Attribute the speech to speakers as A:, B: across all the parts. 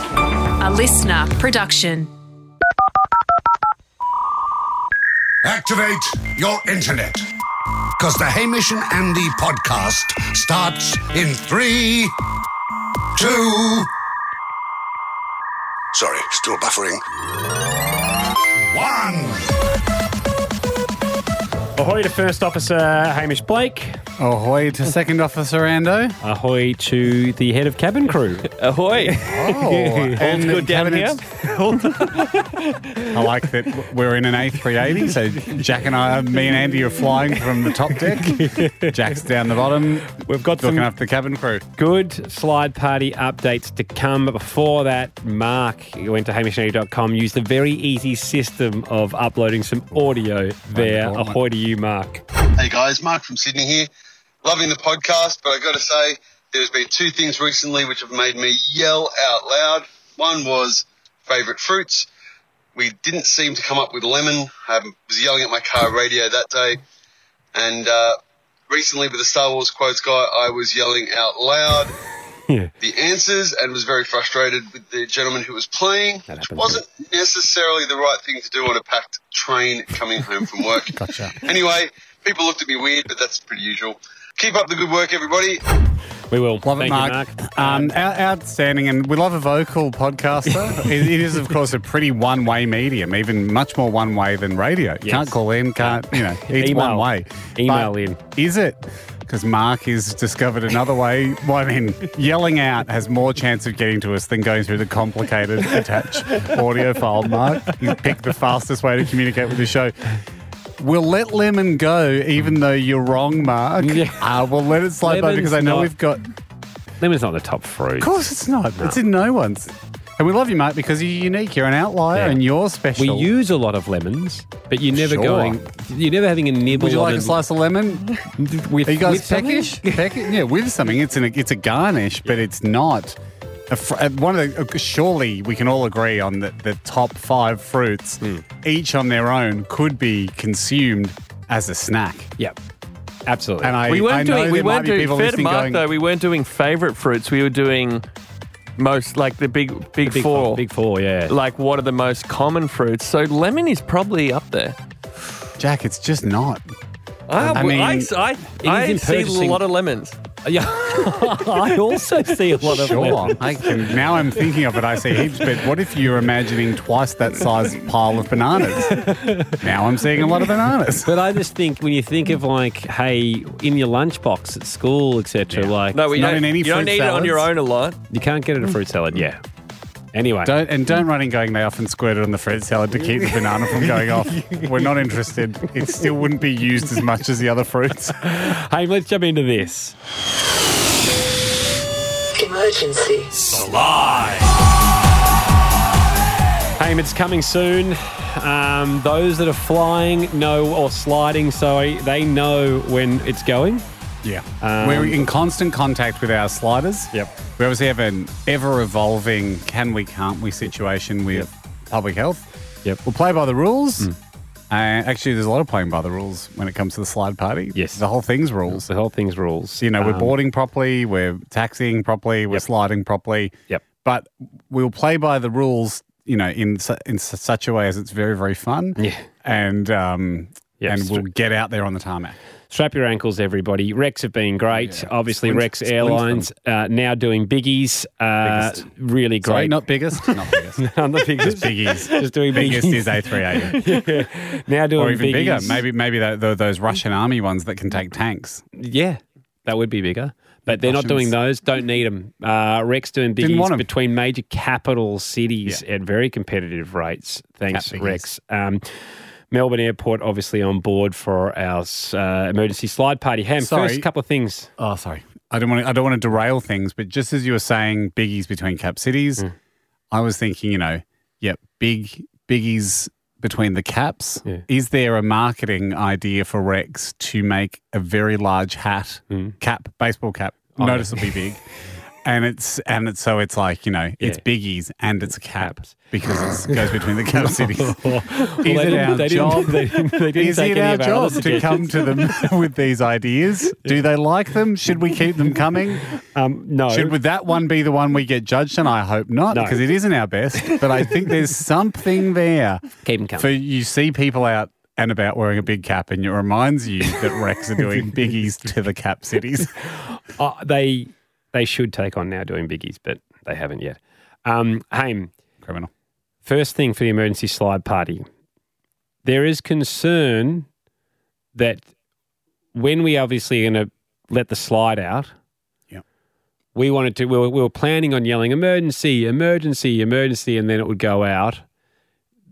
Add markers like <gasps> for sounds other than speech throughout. A: A listener production.
B: Activate your internet. Because the Hamish and Andy podcast starts in three, two. Sorry, still buffering. One.
C: Ahoy to First Officer Hamish Blake.
D: Ahoy to Second Officer Ando.
C: Ahoy to the head of cabin crew.
E: Ahoy! <laughs>
D: <laughs> Oh, and
E: All's good down
D: cabinets- I like that we're in an A380, so Jack and I, me and Andy, are flying from the top deck. Jack's down the bottom.
C: We've got
D: looking
C: some-
D: after the cabin crew.
C: Good slide party updates to come. But before that, Mark you went to hamishandy.com, used the very easy system of uploading some audio there.
D: Wonderful.
C: Ahoy to you, Mark.
F: Hey guys, Mark from Sydney here. Loving the podcast, but I got to say, there's been two things recently which have made me yell out loud. One was favourite fruits. We didn't seem to come up with lemon. I was yelling at my car radio that day. And uh, recently, with the Star Wars quotes guy, I was yelling out loud
C: <laughs> Yeah.
F: the answers and was very frustrated with the gentleman who was playing, which
C: happens,
F: wasn't necessarily the right thing to do on a packed train coming home from work.
D: Gotcha.
F: Anyway, people looked at me weird, but that's pretty usual. Keep up the good work, everybody.
C: We will.
D: Love
C: Thank
D: it, Mark.
C: you, Mark. Uh, <laughs>
D: Um, out- outstanding, and we love a vocal podcaster. it, it is, of course, a pretty one-way medium, even much more one-way than radio. You
C: Yes.
D: Can't call in, can't
C: <laughs>
D: you know? It's
C: Email.
D: one way.
C: Email in.
D: Is it? Because Mark has discovered another way. Well, I mean, yelling out has more chance of getting to us than going through the complicated
C: <laughs>
D: attach audio file. Mark, you pick the fastest way to communicate with the show. We'll let lemon go, even though you're wrong, Mark.
C: Yeah.
D: Uh, we'll let it slide by
C: Lemon's
D: because I know
C: not-
D: we've got
C: Lemon's not the top fruit.
D: of course it's not. It's in no one's. And we love you, mate, because you're unique. You're an outlier
C: Yeah.
D: and you're
C: We
D: special.
C: use a lot of lemons, but you're never
D: Sure.
C: going, you're never having a nibble
D: Would you
C: on
D: like a slice of lemon?
C: it with,
D: Are you
C: with
D: guys
C: something?
D: peckish? Peckish? Yeah, with something. It's, an, it's a garnish, but it's not. A fr- uh, one of the, uh, surely we can all agree on that the top five fruits, each on their own, could be consumed as a snack.
C: Yep. Absolutely.
D: And I,
E: we
D: I
E: weren't
D: know
E: doing. We
D: there might
E: weren't
D: be
E: doing.
D: people
E: Fair to
D: listening
E: Mark
D: going,
E: though. We weren't doing favorite fruits. We were doing most like the big, big,
C: big
E: four.
C: Big four, yeah.
E: Like what are the most common fruits? So lemon is probably up there.
D: Jack, it's just not.
E: I,
D: I
E: I
D: mean,
E: I, I,
C: in
E: see a
C: purchasing-
E: lot of lemons.
C: Yeah, <laughs> I also see a lot of
D: Sure.
C: lemons.
D: I can, now I'm thinking of it, I see heaps, but what if you're imagining twice that size pile of bananas? Now I'm seeing a lot of bananas.
C: But I just think when you think of like, hey, in your lunchbox at school, etc.,
D: Yeah.
C: like
E: No, we
D: not
E: don't.
D: in any
E: you don't
D: fruit
E: need it on your
D: salads.
E: own a lot.
C: you can't get it a fruit salad. Yeah. Anyway,
D: Don't, and don't run in going, they often squirt it on the fruit salad to keep the banana from going off. We're not interested. It still wouldn't be used as much as the other fruits.
C: hey, let's jump into this.
G: Emergency.
C: Hey, it's coming soon. Um, those that are flying know or sliding, so they know when it's going.
D: Yeah.
C: Um,
D: We're in constant contact with our sliders.
C: Yep.
D: We obviously have an ever evolving can we, can't we situation with public health.
C: Yep. Hmm.
D: We'll play by the rules. Uh, actually, there's a lot of playing by the rules when it comes to the slide party.
C: Yes.
D: The whole thing's rules.
C: The whole thing's rules.
D: You know, we're
C: Um,
D: boarding properly, we're taxiing properly, we're
C: Yep.
D: sliding properly.
C: Yep.
D: But we'll play by the rules, you know, in, su- in su- such a way as it's very, very fun.
C: Yeah.
D: And, um,
C: Yep,
D: and
C: stri-
D: we'll get out there on the tarmac.
C: Strap your ankles, everybody. Rex have been great. Obviously,
D: Splint-
C: Rex
D: splint
C: Airlines uh, now doing biggies. Uh,
D: Biggest.
C: really great.
D: Sorry, not biggest.
C: <laughs>
D: Not biggest.
C: I'm not biggest.
D: <laughs> Biggies.
C: Just <laughs> doing
D: biggest
C: biggies. <laughs>
D: is A380.
C: now doing
D: or even
C: biggies.
D: bigger. Maybe maybe tho- tho- those Russian army ones that can take tanks.
C: Yeah, that would be bigger. But they're not doing those.
D: Russians.
C: Don't need them. Uh, Rex doing
D: Didn't want
C: biggies
D: 'em.
C: between major capital cities at very competitive rates. Thanks,
D: Cat biggies.
C: Rex. Um, Melbourne Airport, obviously on board for our uh, emergency slide party. Ham,
D: Sorry.
C: first couple of things.
D: Oh, sorry. I don't want to, I don't want to derail things, but just as you were saying biggies between cap cities,
C: Mm.
D: I was thinking, you know, yeah, big biggies between the caps.
C: Yeah.
D: Is there a marketing idea for
C: Mm.
D: Rex
C: Oh,
D: to make a very large hat, cap, baseball cap, noticeably big? and it's and it's so it's like you know it's
C: Yeah.
D: biggies and it's a cap
C: Caps. <laughs>
D: because it goes between the cap cities. <laughs> Is
C: they
D: it
C: didn't-
D: our
C: they didn't-
D: job?
C: they didn't- they didn't
D: Is
C: take
D: it
C: any
D: our
C: of our other
D: job to come
C: suggestions?
D: to
C: <laughs>
D: them <laughs> with these ideas? Do they like them? Should we keep them
C: <laughs>
D: coming?
C: Um, no.
D: Should would that one be the one we get judged on? I hope not,
C: No.
D: because it isn't our best. But I think there's
C: <laughs>
D: something there.
C: Keep 'em coming.
D: For you see people out and about wearing a big cap, and it reminds
C: <laughs>
D: you that Rex are doing biggies to the cap cities.
C: Uh, they they should take on now doing biggies, but they haven't yet. Um, Haim,
D: Criminal. <laughs>
C: first thing for the emergency slide party. There is concern that when we obviously are going to let the slide out,
D: Yep.
C: we wanted to. We were, we were planning on yelling emergency, emergency, emergency, and then it would go out.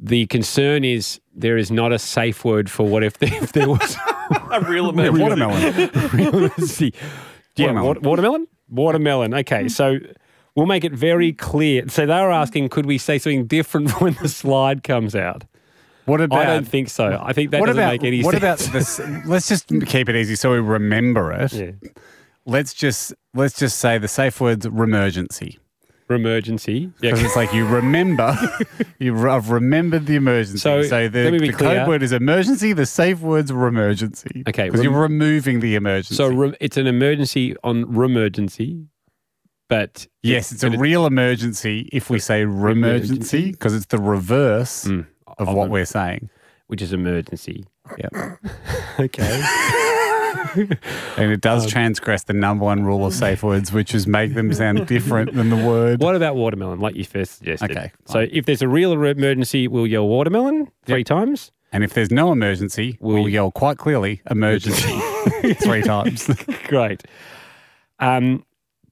C: The concern is there is not a safe word for what if there, if there was
E: <laughs> A real
C: <laughs>
E: emergency.
D: Watermelon.
C: Realistic. yeah,
D: Watermelon. Mm.
C: watermelon. watermelon. Watermelon. Okay, so we'll make it very clear. So they were asking, could we say something different <laughs> when the slide comes out?
D: What about?
C: I don't think so. I think that
D: what
C: doesn't
D: about,
C: make any
D: what about
C: sense.
D: this? Let's just keep it easy so we remember
C: <laughs>
D: it.
C: yeah.
D: Let's just let's just say the safe words emergency.
C: emergency?
D: Because
C: Yeah.
D: it's like
C: <laughs>
D: you remember, you re- I've remembered the emergency.
C: So,
D: So, the,
C: let me be
D: the
C: clear.
D: code word is emergency. The safe word's emergency.
C: Okay,
D: because
C: rem-
D: you're removing the emergency.
C: <laughs> So re- it's an emergency on remergency, but
D: yes, it's a
C: but it-
D: real emergency if we say remergency because it's the reverse
C: Mm,
D: of what we're saying.
C: which is emergency.
D: Yeah,
C: <laughs> Okay.
D: and
C: Oh.
D: it does transgress the number one rule of safe words, which is make them
C: <laughs>
D: sound different than the word.
C: What about watermelon, like you first suggested?
D: Okay,
C: So if there's a real emergency, we'll yell watermelon three times.
D: And if there's no emergency, we'll,
C: We-
D: yell quite clearly
C: <laughs>
D: emergency three times.
C: Great. Um,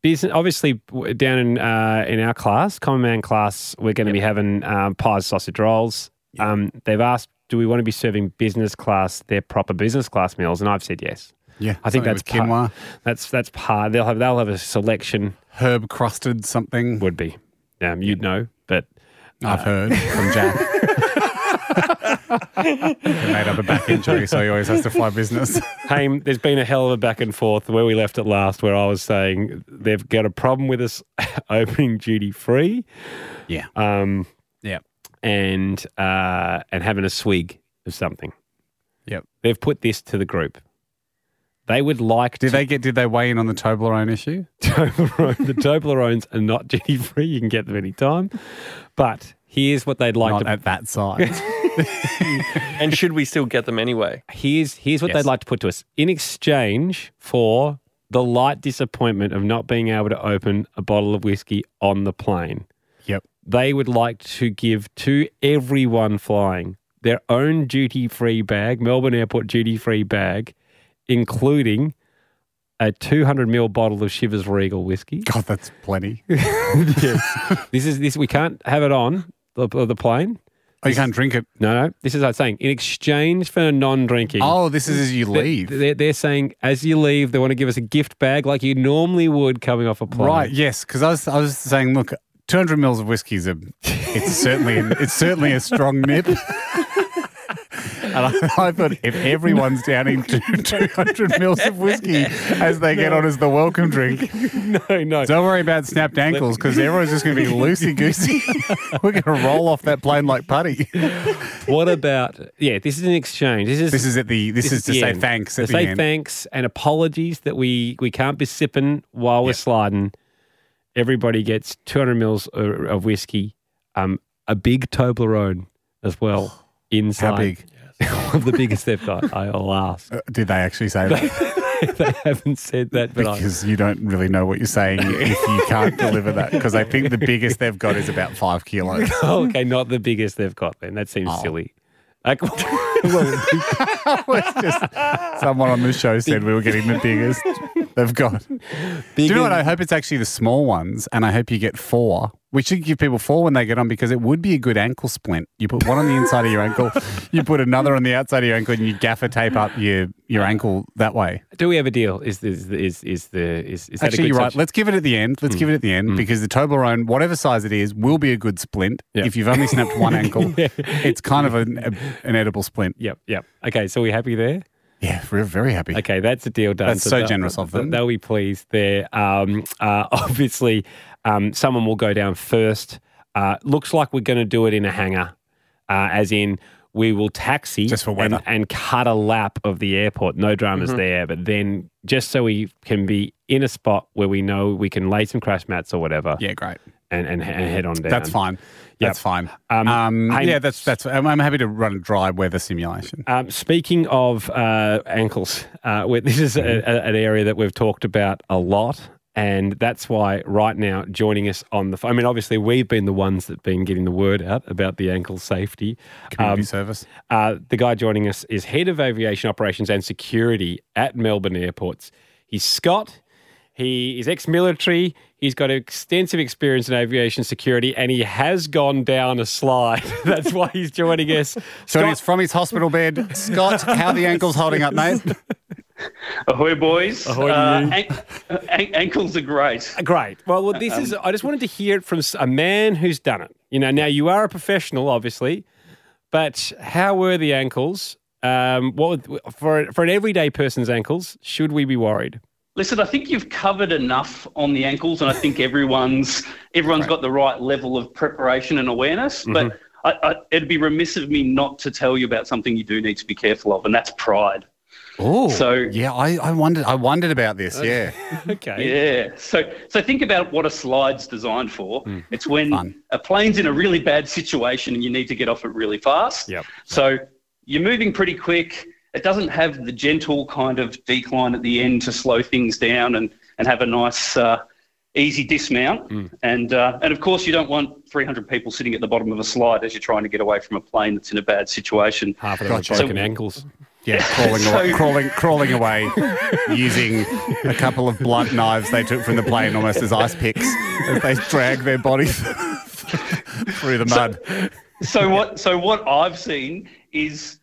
C: business, obviously, w- down in uh, in our class, common man class, we're going to be having um, pies, sausage rolls. Um, they've asked, do we want to be serving business class their proper business class meals? And I've said yes.
D: Yeah,
C: I think
D: something
C: that's
D: with quinoa,
C: Part, that's that's part. They'll have they'll have a selection.
D: herb crusted something.
C: Would be, um, you'd know, but
D: I've heard from Jack. He made up a back end joke, so he always has to fly business.
C: Haim, there's been a hell of a back and forth where we left it last, where I was saying they've got a problem with us <laughs> opening duty free.
D: <laughs> Yeah.
C: Um,
D: Yep.
C: and uh, and having a swig of something.
D: Yep.
C: They've put this to the group. They would like <laughs>
D: Did
C: to
D: they get? Did they weigh in on the Toblerone issue?
C: Toblerone. the Toblerones are not duty free. You can get them anytime. But here's what they'd like
D: Not
C: to
D: at that size.
E: And should we still get them anyway? <laughs>
C: here's here's what
D: Yes.
C: they'd like to put to us in exchange for the light disappointment of not being able to open a bottle of whiskey on the plane.
D: <laughs> yep.
C: They would like to give to everyone flying their own duty free bag, Melbourne Airport duty free bag, including a 200 ml bottle of Shivers Regal
D: <laughs>
C: whiskey.
D: God, that's plenty.
C: this is this we can't have it on the, the plane.
D: Oh, you can't <laughs> drink it.
C: No, no. This is what I'm saying. In exchange for non-drinking.
D: Oh, this is as you
C: They-
D: leave.
C: They're, they're saying as you leave, they want to give us a gift bag like you normally would coming off a plane.
D: Right.
C: <laughs>
D: Yes, because I was, I was saying, look, 200 mils of whiskey is a, it's certainly, it's certainly a strong nip. <laughs> and I, I thought if everyone's downing two, 200 mils of whiskey as they get on as the welcome drink,
C: No, no.
D: don't worry about snapped ankles because everyone's just going to be loosey goosey. <laughs> We're going to roll off that plane like putty.
C: what about? Yeah, this is an exchange. This is
D: This is at the. This, is, to
C: the
D: say
C: end.
D: thanks
C: To
D: at the
C: say
D: end.
C: thanks and apologies that we we can't be sipping while we're sliding. Everybody gets 200 mils of, of whiskey, um, a big Toblerone as
D: <sighs>
C: well inside.
D: big?
C: One <laughs> of the biggest they've got. I'll ask.
D: <laughs> Uh, Did they actually say that?
C: they haven't said that, <laughs> but I.
D: Because you don't really know what you're saying if you can't deliver that. Because I think the biggest they've got is about five kilos.
C: Oh, okay, not the biggest they've got then. That seems
D: Oh.
C: silly. Like, well,
D: It's just someone on the show said we were
C: <laughs>
D: getting the biggest they've got. Do you know what? I hope it's actually the small ones, and I hope you get four. We should give people four when they get on because it would be a good ankle splint. You put one on the inside of
C: <laughs>
D: your ankle, you put another on the outside of your ankle, and you gaffer tape up your, your ankle that way.
C: <laughs> do we have a deal? Is is is is the is, is that
D: Actually,
C: a good Hmm.
D: you're right.
C: suggestion?
D: Let's give it at the end. Let's give it at the end because the Toblerone, whatever size it is, will be a good splint.
C: Yeah.
D: If you've
C: <laughs>
D: only snapped one ankle, it's kind of an, an edible splint.
C: Yep, yep. Okay, so we happy there?
D: Yeah, we're very happy.
C: <laughs> Okay, that's a deal done.
D: That's so
C: they'll-
D: generous of them.
C: They'll be pleased there. Um, uh, <laughs> obviously, um, someone will go down first. Uh, looks like we're going to do it in a hangar, uh, as in we will taxi
D: Just for
C: and,
D: weather. Mm-hmm.
C: and cut a lap of the airport. No dramas there, but then just so we can be in a spot where we know we can lay some crash mats or whatever
D: Yeah, great.
C: and, and, and head on down.
D: That's fine. That's fine.
C: Um,
D: Um,
C: hey-
D: yeah, that's that's. I'm, I'm happy to run a dry weather simulation.
C: Um, speaking of uh, ankles, uh, we- <laughs> this is a, a, an area that we've talked about a lot. And that's why right now joining us on the phone, I mean, obviously we've been the ones that been getting the word out about the ankle safety. Um,
D: Community service.
C: Uh, the guy joining us is head of aviation operations and security at Melbourne airports. He's Scott. He is ex military. He's got extensive experience in aviation security and he has gone down a slide. <laughs> That's why he's joining us.
D: So
C: Scott-
D: it's from his hospital bed. Scott, how are the ankles holding up, mate?
G: Ahoy, boys.
C: Ahoy,
G: Uh,
C: you.
G: an- an- ankles are great.
C: Great. Well, well
G: Um,
C: this is. I just wanted to hear it from s- a man who's done it. You know, now you are a professional, obviously, but how were the ankles? Um, what would- for for an everyday person's ankles? Should we be worried?
G: Listen, I think you've covered enough on the ankles, and I think everyone's everyone's got the right level of preparation and awareness.
C: Mm-hmm.
G: But I, I, it'd be remiss of me not to tell you about something you do need to be careful of, and that's pride.
D: Oh,
G: So-
D: yeah, I, I wondered. I wondered about this. Yeah,
C: <laughs> Okay.
G: Yeah. So so think about what a slide's designed for. It's when
D: Fun.
G: a plane's in a really bad situation and you need to get off it really fast.
C: Yep.
G: So you're moving pretty quick. It doesn't have the gentle kind of decline at the end to slow things down and, and have a nice uh, easy dismount. And uh, and of course you don't want 300 people sitting at the bottom of a slide as you're trying to get away from a plane that's in a bad situation.
C: Half of them
D: Gotcha.
C: have broken
G: So-
C: ankles.
D: yeah, crawling, away, crawling, crawling away, using a couple of blunt knives they took from the plane almost as ice picks as they drag their bodies <laughs> through the mud.
G: so what so what I've seen is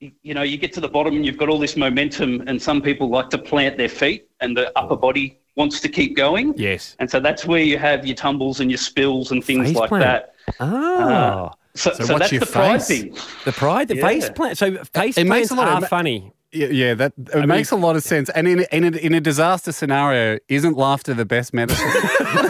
G: y- you know you get to the bottom and you've got all this momentum and some people like to plant their feet and the upper body wants to keep going
C: Yes.
G: and so that's where you have your tumbles and your spills and things
C: Face
G: like
C: plant.
G: that
C: Oh,
G: so, so,
D: what's
G: that's
D: your
G: the pride
D: face?
G: thing
C: the pride, the face plant. So face
D: it makes
C: plants
D: a lot
C: are <laughs>
D: of-
C: funny.
D: Yeah, yeah that it makes a lot of sense. And in in a, in a disaster scenario, isn't laughter the best
C: <laughs>
D: medicine? <laughs>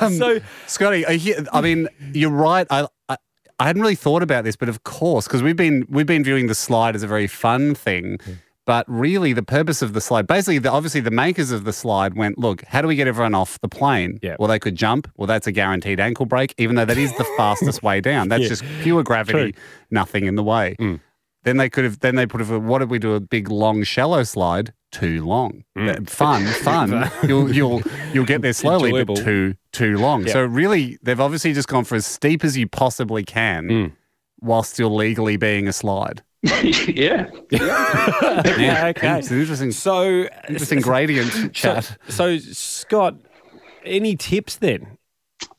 D: Um,
C: So-
D: Scotty, I, hear- I mean, you're right. I, I I hadn't really thought about this, but of course, because we've been we've been viewing the slide as a very fun thing.
C: Mm.
D: But really, the purpose of the slide, basically, the, obviously, the makers of the slide went, look, how do we get everyone off the plane?
C: Yeah.
D: Well, they could jump. Well, that's a guaranteed ankle break, even though that is the fastest way
C: <laughs>
D: down. That's just pure gravity, nothing in the way.
C: Mm.
D: Then they could have. Then they put. What did we do? A big long shallow slide. Too long.
C: Mm. <laughs>
D: Uh, Fun, fun. you'll you'll you'll get there slowly,
C: Enjoyable.
D: but too too long. So really, they've obviously just gone for as steep as you possibly can,
C: Mm.
D: while still legally being a slide.
G: <laughs> yeah
D: Yeah,
C: okay.
D: It's an interesting,
C: So,
D: interesting
C: <laughs>
D: gradient
C: so,
D: chat.
C: so Scott, any tips then?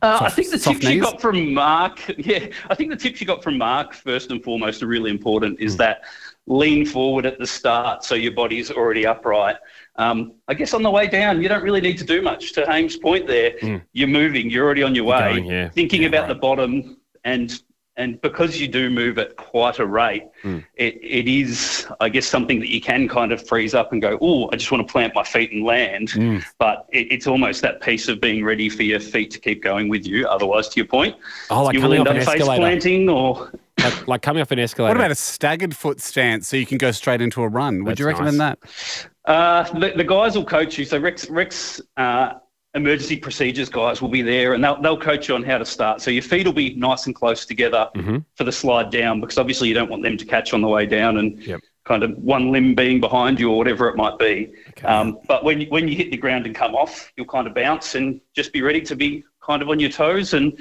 G: Uh, I think the
D: soft
G: tips you
D: knees?
G: got from Mark, <laughs> yeah, I think the tips you got from Mark first and foremost are really important.
D: Hmm.
G: Is that lean forward at the start so your body's already upright. Um, I guess on the way down, you don't really need to do much. To Hame's point, there, you're moving, you're already on your way,
C: Hmm. going, yeah.
G: thinking about the bottom, and and because you do move at quite a rate,
C: Hmm.
G: it, it is, I guess, something that you can kind of freeze up and go, oh, I just want to plant my feet and land.
C: Hmm.
G: But it, it's almost that piece of being ready for your feet to keep going with you. Otherwise, to your point,
C: Oh, like
G: you will
C: coming
G: end
C: off an
G: up face
C: escalator.
G: planting or.
C: Like, like coming off an escalator.
D: What about a staggered foot stance so you can go straight into a run? Would
C: That's
D: you recommend
C: nice.
D: that?
G: Uh, the, the guys will coach you. So Rex, Rex uh, emergency procedures guys will be there, and they'll, they'll coach you on how to start. So your feet will be nice and close together
C: Mm-hmm.
G: for the slide down, because obviously you don't want them to catch on the way down and
C: Yep.
G: kind of one limb being behind you or whatever it might be. Um, but when you, when you hit the ground and come off, you'll kind of bounce and just be ready to be kind of on your toes and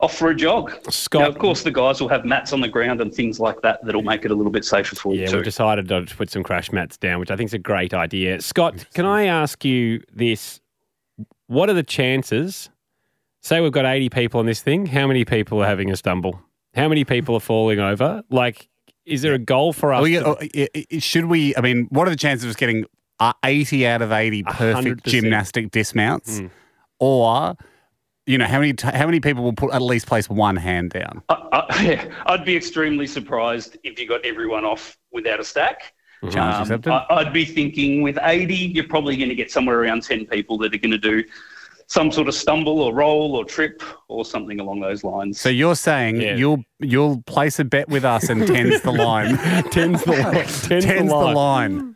G: off for a jog.
C: Scott-
G: Now, of course, the guys will have mats on the ground and things like that that'll make it a little bit safer for you
C: Yeah,
G: too.
C: we've decided to put some crash mats down, which I think is a great idea. Scott, can I ask you this? What are the chances? Say we've got 80 people on this thing. How many people are having a stumble? How many people are falling over? Like, is there a goal for us?
D: Are we,
C: to-
D: oh, i- i- should we? I mean, what are the chances of us getting uh, 80 out of 80
C: 100%.
D: perfect gymnastic dismounts?
C: Hmm.
D: Or, you know, how many t- how many people will put at least place one hand down?
G: <laughs> I, I, yeah, I'd be extremely surprised if you got everyone off without a stack.
C: Mm-hmm.
D: Challenge
G: Um,
D: accepted.
G: I, I'd be thinking with 80, you're probably going to get somewhere around 10 people that are going to do some sort of stumble or roll or trip or something along those lines.
D: so you're saying
C: Yeah.
D: you'll you'll place a bet with us and tens the line.
C: <laughs> Tens
D: <laughs>
C: the line. Tens,
D: tens
C: the line.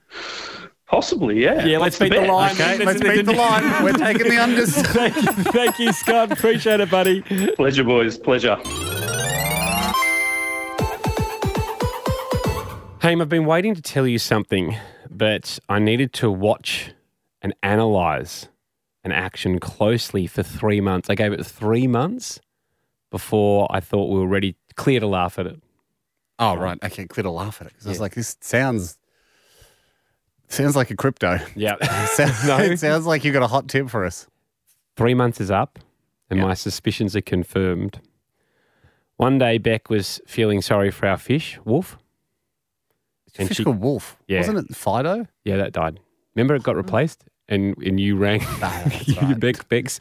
G: Possibly, yeah.
C: Yeah, let's
G: That's
C: beat the
G: bet.
C: line.
D: Okay, let's beat the line. We're taking the unders.
C: <laughs> thank, you, thank you, Scott. Appreciate it, buddy.
G: <laughs> Pleasure, boys. Pleasure.
C: Haim, I've been waiting to tell you something, but I needed to watch and analyze an action closely for three months. I gave it three months before I thought we were ready, clear to laugh at it.
D: Oh right, okay. Clear to laugh at it because I was like, this sounds sounds like a crypto. <laughs>
C: Yeah.
D: Sounds,
C: No.
D: It sounds like you got a hot tip for us.
C: <laughs> Three months is up, and my suspicions are confirmed. One day, Beck was feeling sorry for our fish, Wolf. And
D: Fish
C: she-
D: called Wolf.
C: Yeah.
D: Wasn't
C: <laughs>
D: it Fido?
C: Yeah, that died. Remember, it got replaced, and and <laughs> you rang
D: right.
C: Beck Beck's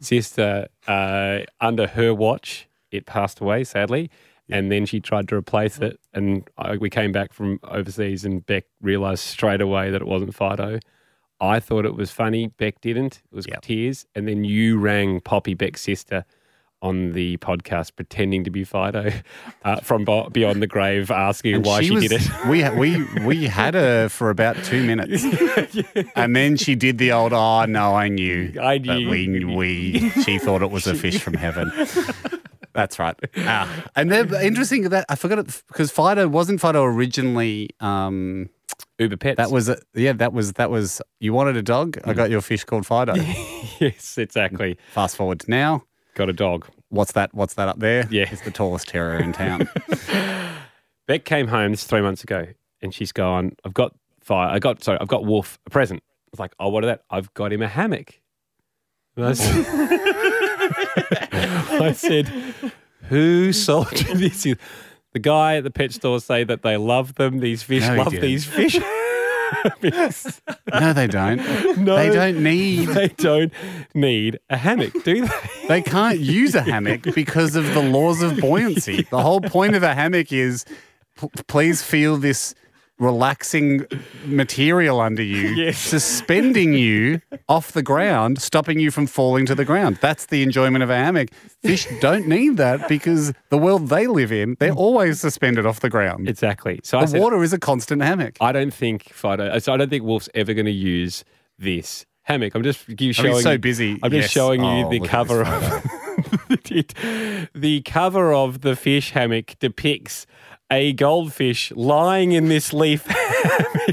C: sister uh, under her watch. It passed away, sadly, and then she tried to replace it. And I, we came back from overseas, and Beck realized straight away that it wasn't Fido. I thought it was funny. Beck didn't. It was tears, and then you rang Poppy Beck's sister. On the podcast, pretending to be Fido <laughs> uh, from bo- beyond the grave, asking
D: And
C: why she,
D: was-
C: did it. <laughs>
D: We ha- we we had her for about two minutes, and then she did the old "Oh no, I knew."
C: <laughs> I
D: But
C: knew.
D: we we she thought it
C: <laughs>
D: was a fish from heaven. That's right. Ah, and then interesting that I forgot it because Fido wasn't Fido originally. Um,
C: Uber pets.
D: that was a, yeah. That was that was you wanted a dog.
C: Mm.
D: I got your fish
C: <laughs>
D: called Fido.
C: <laughs> yes, exactly.
D: Fast forward to now.
C: Got a dog.
D: What's that? What's that up there?
C: Yeah.
D: it's the tallest terror in town.
C: Beck came home this is three months ago, and she's gone. I've got fire. I got sorry. I've got Wolf a present. I was like, oh, what is that? I've got him a hammock. And I said, <laughs> I said, who sold <laughs> you this? He- The guy at the pet store say that they love them. These fish
D: No, he
C: love
D: didn't.
C: these fish. <laughs> Because
D: no, they don't.
C: No.
D: they don't need.
C: they don't need a hammock, do they?
D: <laughs> They can't use a hammock because of the laws of buoyancy. The whole point of a hammock is p- please feel this relaxing material under you, suspending you off the ground, stopping you from falling to the ground. That's the enjoyment of a hammock. Fish don't need that because the world they live in, they're always suspended off the ground.
C: Exactly. So I
D: the
C: said,
D: water is a constant hammock.
C: I don't think Fido. uh, So I don't think Wolf's ever going to use this hammock. I'm just you
D: I mean,
C: showing.
D: it's so busy.
C: I'm just
D: Yes.
C: showing you
D: Oh,
C: the
D: look at
C: cover
D: this photo.
C: of it, <laughs> the cover of the fish hammock depicts a goldfish lying in this leaf.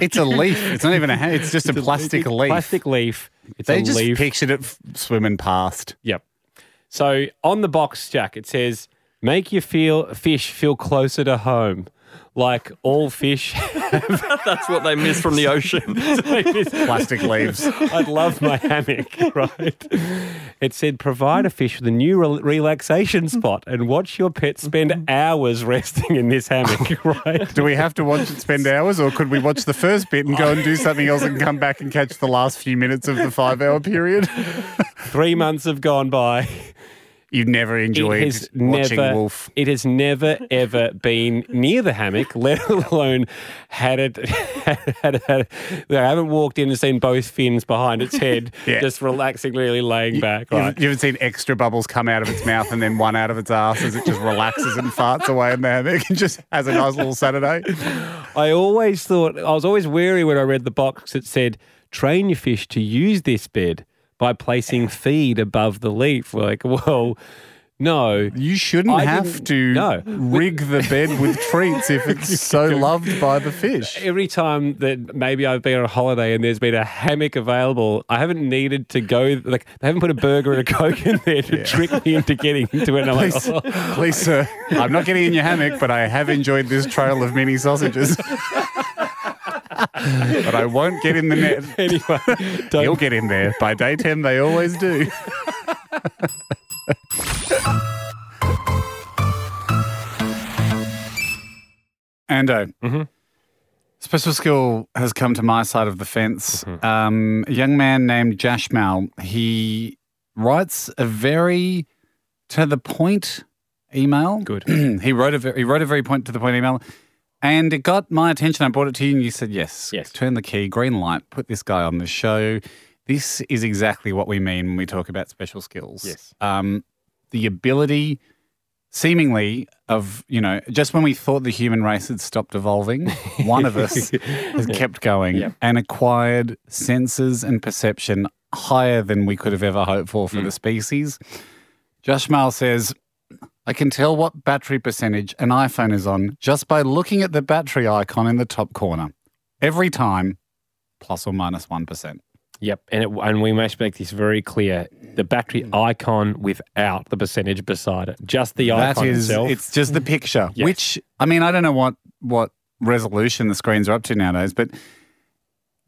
D: It's a leaf. It's not even a hammock. It's just a
C: <laughs>
D: plastic
C: It's a
D: leaf.
C: Plastic leaf. It's
D: They
C: a
D: just
C: leaf.
D: pictured it f- swimming past.
C: Yep. So on the box, Jack, it says, "Make your feel fish feel closer to home." Like all fish, <laughs>
E: That's what they
D: <laughs>
E: miss from the ocean. <laughs>
D: Plastic
C: <laughs>
D: leaves.
C: I'd love my hammock, <laughs> right? It said provide a fish with a new rel relaxation
D: Hmm.
C: spot and watch your pet spend hours resting in this hammock,
D: <laughs>
C: right?
D: Do we have to watch it spend hours, or could we watch the first bit and go and do something else and come back and catch the last few minutes of the five hour period?
C: <laughs> Three months have gone by.
D: You've never enjoyed watching Wolf.
C: It has never ever been near the hammock,
D: <laughs>
C: let alone had it. Had, had, had, I haven't walked in and seen both fins behind its head,
D: <laughs> Yeah.
C: just relaxingly laying back.
D: You
C: Right?
D: haven't, you haven't seen extra bubbles come out of its mouth and then one out of its ass as it just relaxes and farts away in the hammock and just has a nice little Saturday.
C: I always thought, I was always wary when I read the box that said, train your fish to use this bed by <laughs> placing feed above the leaf. We're like, well, no.
D: You shouldn't
C: I
D: have
C: didn't-
D: to
C: no.
D: rig the bed with treats
C: <laughs>
D: if it's so loved by the fish.
C: Every time that maybe I've been on a holiday and there's been a hammock available, I haven't needed to go, like, they haven't put a burger and a Coke in there <laughs> to trick me into getting into it. And I'm <laughs> like,
D: Please,
C: "Oh."
D: please, sir. uh, I'm not getting in your hammock, but I have enjoyed this trail of mini sausages. <laughs> but I won't get in the net.
C: anyway, don't
D: You'll get in there. By day 10, they always do. <laughs> Ando, special skill has come to my side of the fence. Um, a young man named Jashmal, he writes a very to the point email.
C: Good.
D: <clears throat> he wrote a ve- he wrote a very point to the point email, And it got my attention. I brought it to you and you said, yes.
C: Yes.
D: Turn the key, green light, put this guy on the show. This is exactly what we mean when we talk about special skills.
C: Yes.
D: Um, the ability, seemingly, of, you know, just when we thought the human race had
C: <laughs>
D: stopped evolving, one of us has kept going
C: Yep.
D: and acquired senses and perception higher than we could have ever hoped for
C: Mm.
D: for the species. Josh Mal says, I can tell what battery percentage an iPhone is on just by looking at the battery icon in the top corner. Every time, plus or minus 1%.
C: Yep, and it, and we must make this very clear: the battery icon without the percentage beside it, just the
D: That
C: icon
D: is,
C: itself.
D: it's just the picture,
C: Yes.
D: which, I mean, I don't know what, what resolution the screens are up to nowadays, but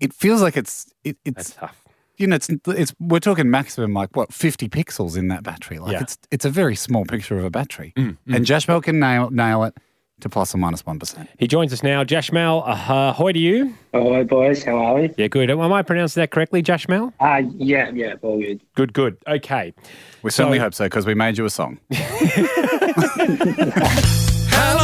D: it feels like it's, it,
C: That's
D: it's,
C: tough.
D: you know, it's, it's, we're talking maximum like what, 50 pixels in that battery. Like
C: Yeah. Mm,
D: it's, it's a very small picture of a battery. And Josh Mal can nail, nail it to plus or minus 1%.
C: He joins us now, Jashmal. Uh, ahoy to you.
H: Oh, hi, boys. How are we?
C: Yeah, good. Am I pronouncing that correctly, Jashmal?
H: Ah, yeah, yeah, all good.
C: Good, good. Okay.
D: We certainly
C: So-
D: hope so because we made you a song.
A: How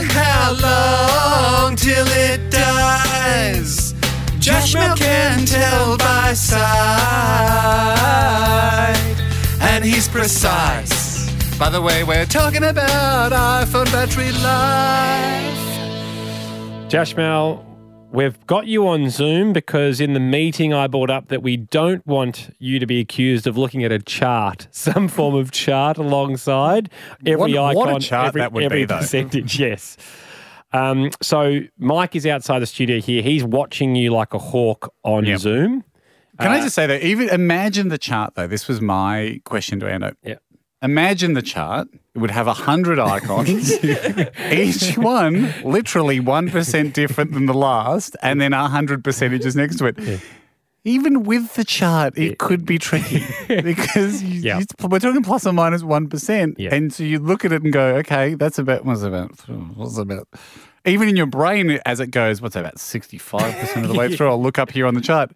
A: long, how long till it dies? Josh Mill can tell by sight, and he's precise. By the way, we're talking about iPhone battery life.
C: Jashmal, we've got you on Zoom because in the meeting I brought up that we don't want you to be accused of looking at a chart, <laughs> some form of chart alongside every
D: What-
C: icon,
D: what a chart
C: every,
D: that would
C: every
D: be, though.
C: percentage. <laughs> Yes. Um, so Mike is outside the studio here. He's watching you like a hawk on
D: Yep.
C: Zoom.
D: Can
C: Uh,
D: I just say though, even imagine the chart though. This was my question to Ando.
C: Yep.
D: Imagine the chart. It would have a
C: <laughs>
D: hundred icons, each one literally one percent different than the last, and then a hundred percentages next to it. Even with the chart, it could be tricky
C: <laughs>
D: because you,
C: Yeah.
D: it's- we're talking plus or minus one percent,
C: Yeah.
D: and so you look at it and go, "Okay, that's about what's about what's about." Even in your brain, as it goes, what's about sixty-five percent of
C: <laughs>
D: the way through? I'll look up here on the chart.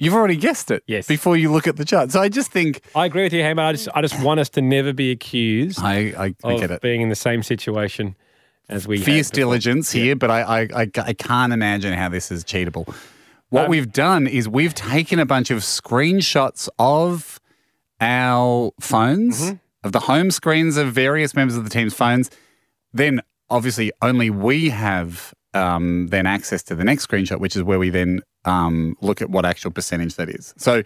D: You've already guessed it
C: Yes.
D: before you look at the chart. So I just think
C: I agree with you, Hammer. I just, I just want us to never be accused
D: I, I, I
C: of
D: get it.
C: being in the same situation as we have
D: Fierce
C: before.
D: diligence here, but I, I, I, I can't imagine how this is cheatable. What
C: Um,
D: we've done is we've taken a bunch of screenshots of our phones,
C: Mm-hmm.
D: of the home screens of various members of the team's phones. Then, obviously, only we have um, then access to the next screenshot, which is where we then um, look at what actual percentage that is. So,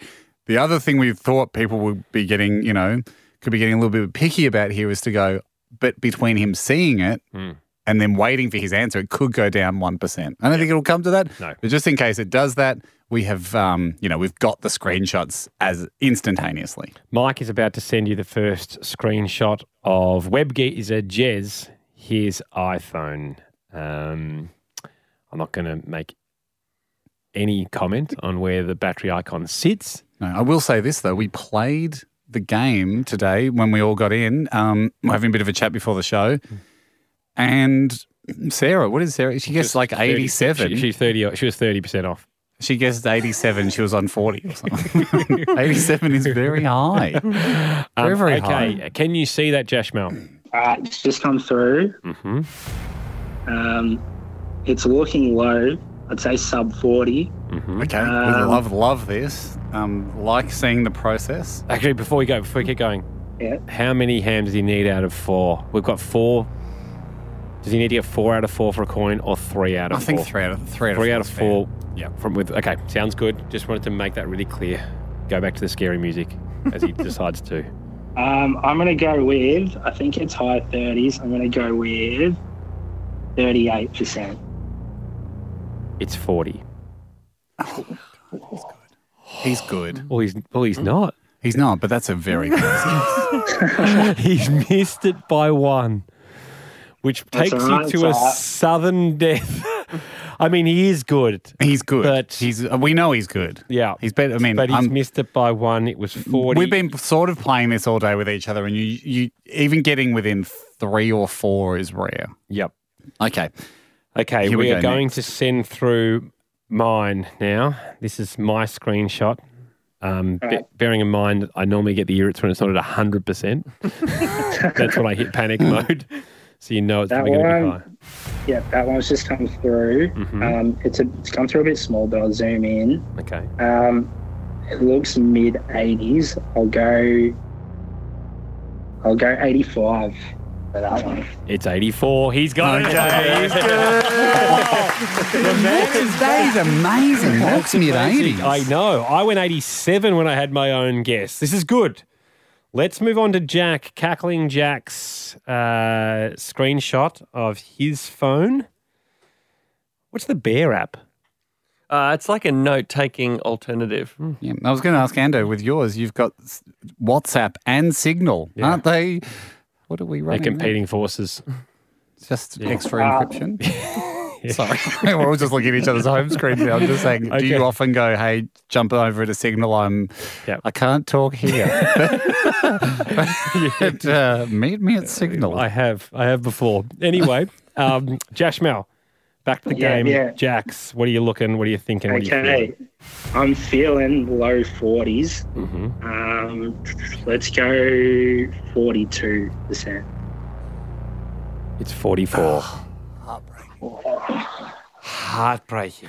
D: the other thing we thought people would be getting, you know, could be getting a little bit picky about here is to go, but between him seeing it and then waiting for his answer, it could go down one percent. I don't think it'll come to that.
C: No.
D: But just in case it does that, we have um, you know, we've got the screenshots as instantaneously.
C: Mike is about to send you the first screenshot of WebGeezer Jez, his iPhone. Um, I'm not going to make any comment on where the battery icon sits.
D: No, I will say this though, we played the game today when we all got in. Um, we're having a bit of a chat before the show. And Sarah, what is Sarah? She guessed like 87.
C: She, she's 30, she was 30% <laughs> off.
D: She guessed 87. She was on 40
C: <laughs>
D: or something. 87 is very high.
C: Um,
D: very, very
C: okay,
D: high.
C: can you see that, Jashmel?
H: Ah, it's just come through.
C: Mm-hmm.
H: Um, it's looking low. I'd say sub 40.
C: mm-hmm.
D: Okay. we love, love this. Um, like seeing the process.
C: Actually, before we go, before we get going,
H: Yeah.
C: how many hams does he need out of four? We've got four. Does he need to get four out of four for a coin or three out of
D: I
C: four?
D: think three out of three out of
C: Three
D: four
C: out of
D: is fair.
C: four. Yeah. From with okay, sounds good. Just wanted to make that really clear. Go back to the scary music as he decides to.
H: Um, I'm going to go with, I think it's high 30s. I'm going to go with 38%.
C: It's forty.
D: He's good.
C: Well, he's well, he's <laughs> not.
D: He's not, but that's a very good.
C: <laughs> he's missed it by one, which
H: That's
C: takes you
H: alright,
C: to a
H: it's alright.
C: southern death. <laughs> I mean, he is good.
D: He's good.
C: But-
D: he's uh, we know he's good.
C: Yeah.
D: He's better. I mean,
C: but he's
D: I'm-
C: missed it by one. It was forty.
D: we've been sort of playing this all day with each other, and you you even getting within three or four is rare.
C: Yep.
D: Okay.
C: Okay,
D: Here
C: we,
D: we
C: are
D: go
C: going to send through mine now. This is my screenshot. Um, be- bearing in mind,
D: <laughs>
H: <laughs>
C: I normally get the irrits when it's not at 100%. That's when I hit panic mode. So you know it's
H: That
C: probably going to be high.
H: one, yeah, that one's just come through.
C: Mhm.
H: Um, it's, a, it's come through a bit small, but I'll zoom in.
C: Okay.
H: Um, it looks mid 80s. I'll go. I'll go 85 for that one.
C: It's 84. He's got
D: Okay,
C: it.
D: he's
C: <laughs>
H: <laughs>
I: That is amazing. That's mid 80s.
C: I know. I went 87 when I had my own guess. This is good. Let's move on to Jack, cackling Jack's uh, screenshot of his phone. What's the Bear app?
E: Uh, it's like a note taking alternative.
D: Yeah, I was going to ask Ando with yours. You've got s- WhatsApp and Signal, aren't they? What are we
C: They're
D: running? there?
C: competing forces. <laughs>
D: Just extra encryption. <laughs> Sorry, Um, we're all just looking at each other's home screens now. I'm just saying, do
C: Okay.
D: you often go, "Hey, jump over to Signal"? I'm,
C: Yep.
D: I can't talk here.
C: <laughs>
D: but, uh, meet me at Signal.
C: I have. I have before. Anyway, um, Jash Mel, back to the
H: Yeah,
C: game.
H: yeah.
C: Jax, what are you looking? What are you thinking? What Are you
H: Okay, I'm feeling low 40s.
C: mm-hmm.
H: Um, let's go 42%.
C: It's 44.
D: Heartbreaking.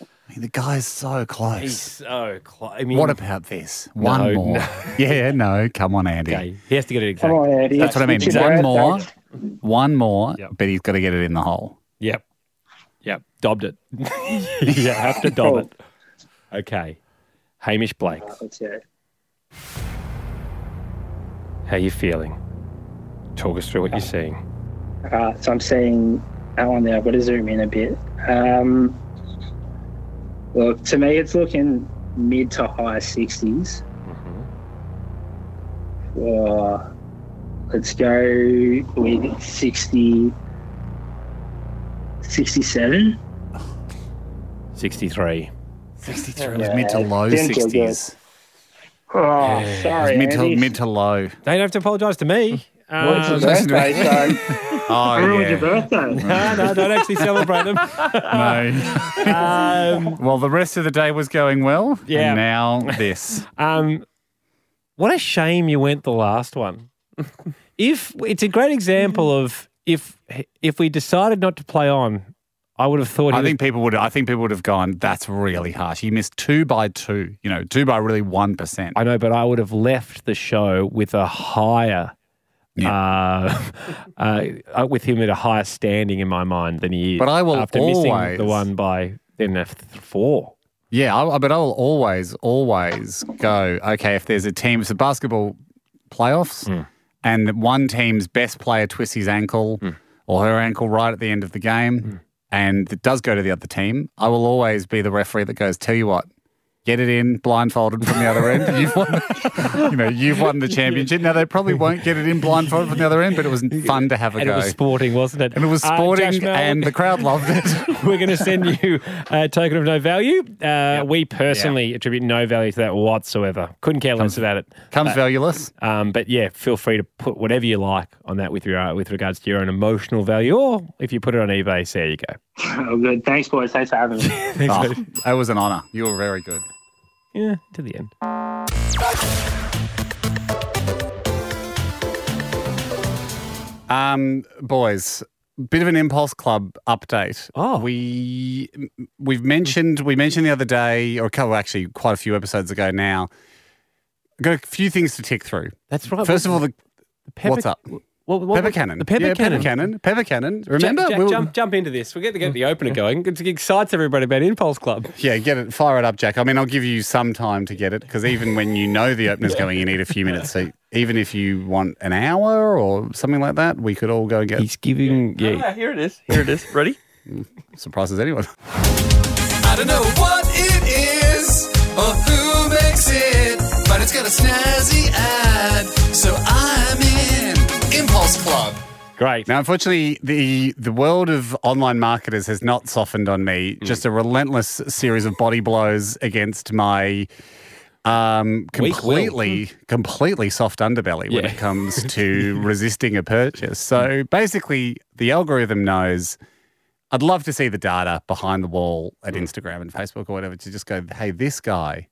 D: I mean, the guy's so close.
C: He's so close. I mean,
D: what about this? One
C: No, <laughs>
D: more.
C: no.
D: Yeah, no. Come on, Andy.
C: okay. He has to get it
H: Come
C: exactly.
H: on, Andy.
D: That's what I mean.
H: Switch
D: One
H: it back.
D: more, one more,
C: Yep.
D: but he's got to get it in the hole.
C: Yep. Yep. Dobbed it. <laughs> yeah, have to dob it. Okay. Hamish Blake,
H: That's it.
C: how you feeling? Talk us through what you're seeing.
H: Uh, so I'm seeing that one there. I've got to zoom in a bit. Um, look, to me, it's looking mid to high 60s.
C: Mm-hmm.
H: Uh, let's go with 60, 67.
C: 63.
D: 63 it was mid to low
H: Didn't feel good.
D: 60s.
H: Oh, sorry,
D: Mid to,
H: Andy.
D: mid to low.
C: They don't have to apologise to <laughs> me.
H: Well,
D: <laughs>
C: Um,
H: it's your birthday, so
D: Oh,
H: ruined your
D: yeah.
H: <laughs> birthday.
C: no, no, don't actually celebrate them.
D: No. <laughs>
C: Um,
D: well, the rest of the day was going well.
C: Yeah.
D: And now
C: <laughs>
D: this.
C: <laughs> Um, what a shame you went the last one. if it's a great example of if if we decided not to play on, I would have thought. he
D: I
C: was-
D: think people would. I think people would have gone. That's really harsh. You missed two by two. You know, two by really one percent.
C: I know, but I would have left the show with a higher. Uh, <laughs> uh, with him at a higher standing in my mind than he is.
D: But I will
C: after missing
D: always-
C: the one by then a th- four.
D: Yeah, I, I- but I will always, always go. Okay, if there's a team, so basketball playoffs,
C: Hmm.
D: and one team's best player twists his ankle
C: Hmm.
D: or her ankle right at the end of the game, and it does go to the other team. I will always be the referee that goes, "Tell you what." Get it in blindfolded from the other
C: <laughs>
D: end. You've won, you know, you've won the championship. Now they probably won't get it in blindfolded from the other end, but it was fun to have a
C: And
D: go.
C: it was sporting, wasn't it?
D: and it was
C: Uh, Josh
D: sporting,
C: Mel-
D: and the crowd loved it.
C: <laughs> We're going to send you a token of no value. Uh, We personally attribute no value to that whatsoever. Couldn't care less about it.
D: Comes valueless.
C: Um, but yeah, feel free to put whatever you like on that with your uh, with regards to your own emotional value, or if you put it on eBay, so there you go.
H: Oh, good. Thanks, boys. Thanks for having me.
D: Oh, it was an honour. You were very good.
C: <laughs> Yeah, to the end.
D: Um, boys, bit of an impulse club update.
C: Oh.
D: we we've mentioned we mentioned the other day, or a couple actually, quite a few episodes ago now. Got a few things to tick through.
C: That's right.
D: First of all, the
C: Pepper-
D: what's up?
C: What- what-
D: pepper cannon.
C: The pepper
D: yeah,
C: cannon.
D: Pepper cannon. Pepper cannon. Remember?
C: Jack, Jack,
D: We were-
C: jump, jump into this. We're going to get the opener going. It excites everybody about Impulse Club.
D: Yeah, get it. Fire it up, Jack. I mean, I'll give you some time to get it because even when you know the
C: <laughs>
D: opener's going, you need a few minutes. So even if you want an hour or something like that, we could all go and get
C: He's giving. Yeah.
E: Ah, here it is. Here it is. Ready?
D: surprises anyone.
J: I don't know what it is or who makes it, but it's got a snazzy ad. So I'm in Impulse Club.
C: Great.
D: Now, unfortunately, the the world of online marketers has not softened on me.
C: Hmm.
D: Just a relentless series of body blows against my um,
C: Weak will. Hmm.
D: completely completely soft underbelly when
C: Yeah. Hmm. <laughs>
D: it comes to resisting a purchase. So basically, the algorithm knows. I'd love to see the
C: Hmm.
D: data behind the wall at Instagram and Facebook or whatever to just go, hey, this guy,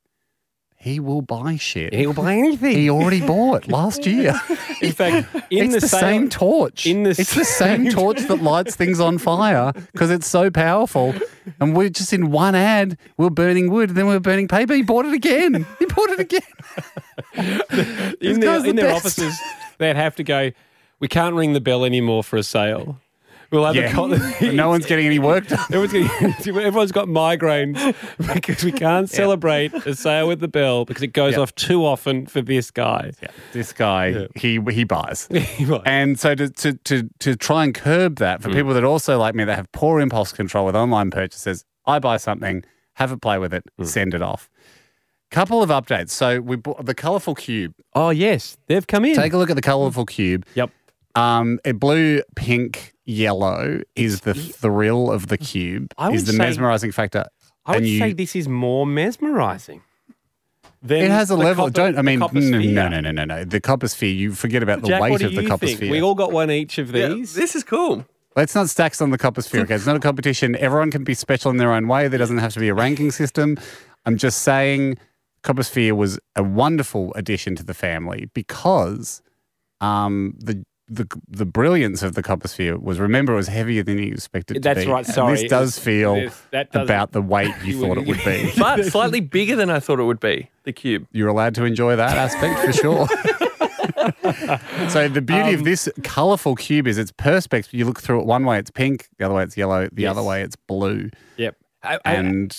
D: He will buy shit.
C: He will buy anything.
D: He already <laughs> bought last year.
C: In
D: <laughs>
C: fact, in
D: it's
C: the,
D: the,
C: sale-
D: same torch.
C: in the
D: it's the
C: <laughs>
D: same torch that lights things on fire because it's so powerful. And we're just in one ad, we're burning wood, then we're burning paper. He bought it again. He bought
C: <laughs>
D: it again.
C: in
D: This
C: their,
D: guy's the
C: in their
D: best.
C: offices, they'd have to go, we can't ring the bell anymore for a sale. We'll have a con-
D: no one's getting any work
C: <laughs>
D: done.
C: Everyone's, getting, everyone's got migraines because <laughs> we can't celebrate a sale with the bell because it goes
D: Yeah.
C: off too often for this guy.
D: This guy, he he buys.
C: <laughs> Right.
D: And so to, to, to, to try and curb that
C: Mm.
D: for people that also like me that have poor impulse control with online purchases, I buy something, have a play with it,
C: Mm.
D: send it off. Couple of updates. So we bought the colorful cube.
C: oh, yes. They've come in.
D: Take a look at the colorful cube.
C: Mm. Yep.
D: Um, a blue, pink, yellow is the thrill of the cube.
C: I
D: is
C: would
D: the
C: say-
D: mesmerizing factor.
C: I would
D: And you-
C: say this is more mesmerizing. Than
D: it has a
C: the
D: level.
C: copper-
D: don't
C: the
D: I mean?
C: copper
D: No, no,
C: sphere.
D: no, no, no, no. The copper sphere. You forget about the
C: Jack,
D: weight
C: what do
D: of the
C: you
D: copper
C: think?
D: sphere.
C: We all got one each of
E: Yeah,
C: these.
E: this is cool.
D: Let's not stacks on the copper sphere. Okay, it's not a competition. Everyone can be special in their own way. There doesn't have to be a ranking system. I'm just saying, copper sphere was a wonderful addition to the family because um, the. The, the brilliance of the copper sphere was remember it was heavier than you expected it
C: That's
D: to be.
C: right,
D: And
C: sorry.
D: this does feel
C: This- that doesn't-
D: about the weight
C: <laughs>
D: you thought it would be.
E: But slightly bigger than I thought it would be, the cube.
D: you're allowed to enjoy that aspect for sure. so the beauty of this colourful cube is its perspex. You look through it one way, it's pink. The other way, it's yellow. The
C: Yes.
D: other way, it's blue.
C: Yep. I- I-
D: And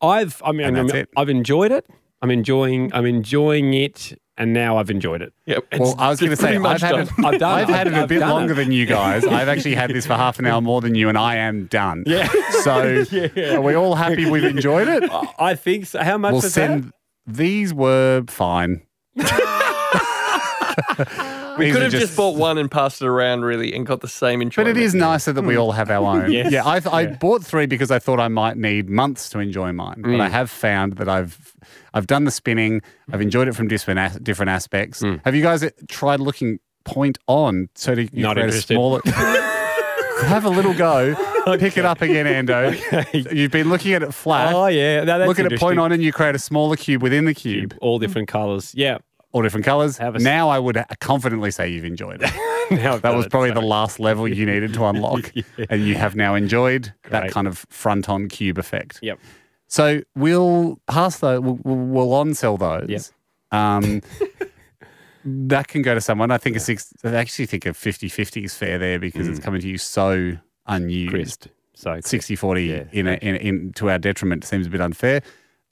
C: I've I mean,
D: And that's
C: I'm-
D: it.
C: I've enjoyed it. I'm enjoying I'm enjoying it and now I've enjoyed it.
E: Yep.
D: well, I was going to say
E: pretty
D: I've
E: much
D: had
E: done.
D: it. <laughs>
C: I've <laughs> done
D: I've
C: it.
D: had it a
C: I've
D: bit
C: done <laughs>
D: longer
C: it.
D: than you guys. I've actually had this for half an hour more than you, and I am done. <laughs> Yeah. So
C: <laughs>
D: are we all happy we've enjoyed it?
C: I- I think so. How much
D: We'll
C: was that?
D: send. These were fine.
E: we could have just, bought one and passed it around, really, and got the same
D: But
E: enjoyment.
D: it is nicer that we all
C: <laughs>
D: have our own.
C: Mm. Yes.
D: Yeah, I, I bought three because I thought I might need months to enjoy mine. But
C: Mm.
D: I have found that I've I've done the spinning. I've enjoyed it from different as- different aspects.
C: Mm.
D: Have you guys e, tried looking point on so to you
C: Not
D: create
C: interested. <laughs>
D: a smaller? <laughs> have a little go. Pick it up again, Ando. You've been looking at it
C: <laughs>
D: flat.
C: Oh yeah, no, that's
D: Look at it point
C: interesting.
D: on, and you create a smaller cube within the cube,
C: all different colors. Yeah,
D: all different colors.
C: Have a s-
D: now I would confidently say you've enjoyed it.
C: now I've
D: <laughs> That
C: done
D: was
C: it.
D: probably the last level you needed to unlock, and you have now enjoyed that
C: Great.
D: kind of front-on cube effect.
C: Yep.
D: So we'll pass those. We'll, we'll- we'll on-sell those.
C: Yep.
D: Um, that can go to someone. I think a six. I actually think a 50-50 is fair there because it's coming to you so unused.
C: crisp. So
D: 60-40 in, a, in, in to our detriment seems a bit unfair.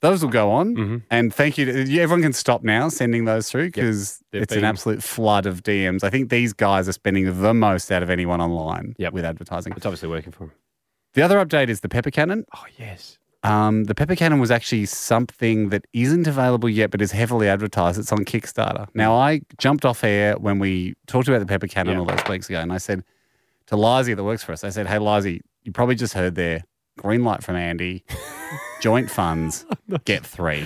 D: Those will go on, and thank you. To, you- everyone can stop now sending those through because
C: They've
D: it's
C: been-
D: an absolute flood of DMs. I think these guys are spending the most out of anyone online
C: Yep.
D: with advertising.
C: it's obviously working for him.
D: The other update is the pepper cannon.
C: Oh yes,
D: Um, the pepper cannon was actually something that isn't available yet, but is heavily advertised. It's on Kickstarter. Now I jumped off air when we talked about the pepper cannon
C: Yeah.
D: all those weeks ago, and I said to Lizy that works for us, I said, "Hey Lizy, you probably just heard there green light from Andy, joint funds, get three,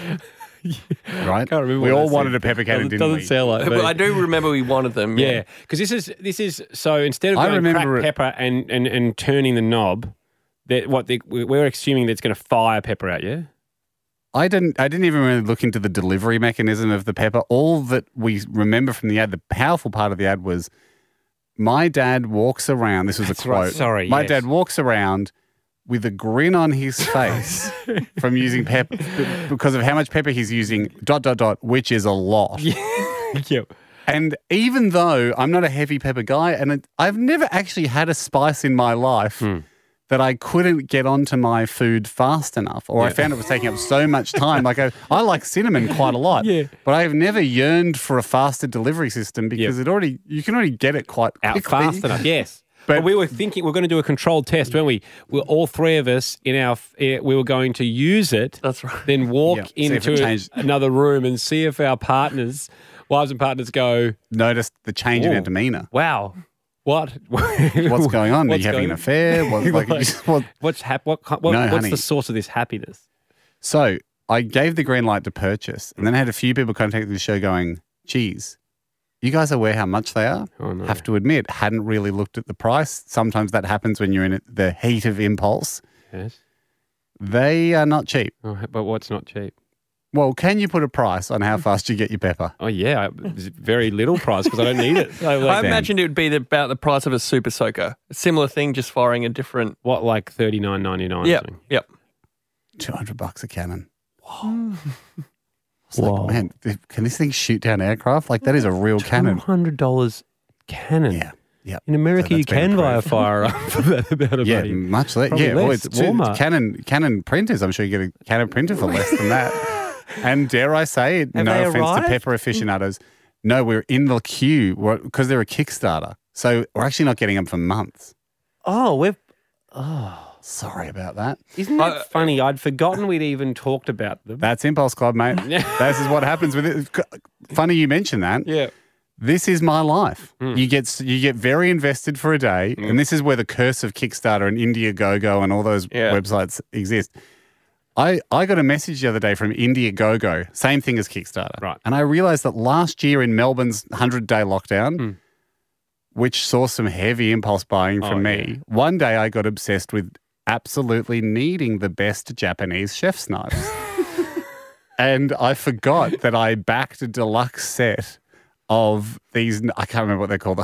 D: right?
C: can't remember
D: we
C: what I
D: all
C: said.
D: wanted a pepper cannon,
C: doesn't,
D: didn't
C: doesn't
D: we?
C: sound like.
E: <laughs> But
C: me.
E: I do remember we wanted them.
C: Yeah, because this is this is so instead of
D: I
C: going
D: remember
C: crack
D: it-
C: pepper and, and and turning the knob, that what they, we're assuming that's going to fire pepper at
D: <laughs>
C: you.
D: I didn't. I didn't even really look into the delivery mechanism of the pepper. All that we remember from the ad, the powerful part of the ad was, my dad walks around. This was a quote.
C: right, sorry,
D: my
C: yes.
D: dad walks around with a grin on
C: <laughs>
D: his face from using pepper because of how much pepper he's using. Dot dot dot, which is a
C: <laughs>
D: lot.
C: yep.
D: And even though I'm not a heavy pepper guy, and it, I've never actually had a spice in my life
C: Hmm.
D: that I couldn't get onto my food fast enough, or I found it was taking up so much time. like I, I like cinnamon quite a lot,
C: Yeah.
D: but I've never yearned for a faster delivery system because it already you can already get it quite
C: out
D: quickly.
C: fast enough.
D: <laughs>
C: Yes. But,
D: But-
C: we were thinking we're going to do a controlled test, weren't we? We're all three of us in our. f- eh, We were going to use it.
E: That's right.
C: Then walk
D: Uh, Yeah, see if it
C: into
D: <laughs> changed.
C: another room and see if our partners, wives and partners, go.
D: Notice the change in
C: Ooh.
D: our demeanor.
C: Wow, what? <laughs>
D: What's going on?
C: What's
D: Are you having
C: going- <laughs>
D: an affair? What's like, <laughs> what,
C: What's hap- What? ki- what
D: No,
C: what's
D: honey.
C: the source of this happiness?
D: So I gave the green light to purchase, and then I had a few people contact the show going, geez, you guys are aware how much they are?
C: Oh, no.
D: Have to admit, hadn't really looked at the price. Sometimes that happens when you're in the heat of impulse.
C: Yes.
D: They are not cheap.
C: Oh, but what's not cheap?
D: Well, can you put a price on how fast you get your pepper?
C: Oh yeah, I- there's very little price because I don't need
D: <laughs>
C: it. I,
E: I imagined it would be the, about the price of a super soaker. A similar thing, just firing a different.
C: What, like thirty nine ninety nine?
E: Yep. Yep.
D: Two hundred bucks a cannon. <gasps> It's like, man, th- can this thing shoot down aircraft? Like that is a real cannon.
C: hundred dollars cannon.
D: Yeah, yeah.
C: In America,
D: So
C: you
D: that's been
C: can buy a
D: approved.
C: firearm for that amount of
D: Yeah, Mm.
C: money.
D: much less.
C: Probably
D: Yeah, well,
C: less.
D: it's two,
C: Walmart.
D: Canon Canon printers. I'm sure you get a Canon printer for less than that. and dare I say it?
E: Have
D: no
E: they
D: offense
E: arrived?
D: to pepper aficionados. No, we're in the queue because they're a Kickstarter, so we're actually not getting them for months.
C: Oh, we've.
D: Sorry about that.
C: Isn't that funny? I'd forgotten we'd even talked about them.
D: uh, That's Impulse Club, mate. this is what happens with it. Funny you mention that.
C: yeah.
D: this is my life. You get you get very invested for a day, and this is where the curse of Kickstarter and Indiegogo and all those
E: Yeah.
D: websites exist. I, I got a message the other day from Indiegogo, same thing as Kickstarter.
C: Right.
D: And I realized that last year in Melbourne's 100 day lockdown, which saw some heavy impulse buying from me, one day I got obsessed with absolutely needing the best Japanese chef's knives. and I forgot that I backed a deluxe set of these. I can't remember what they're called, the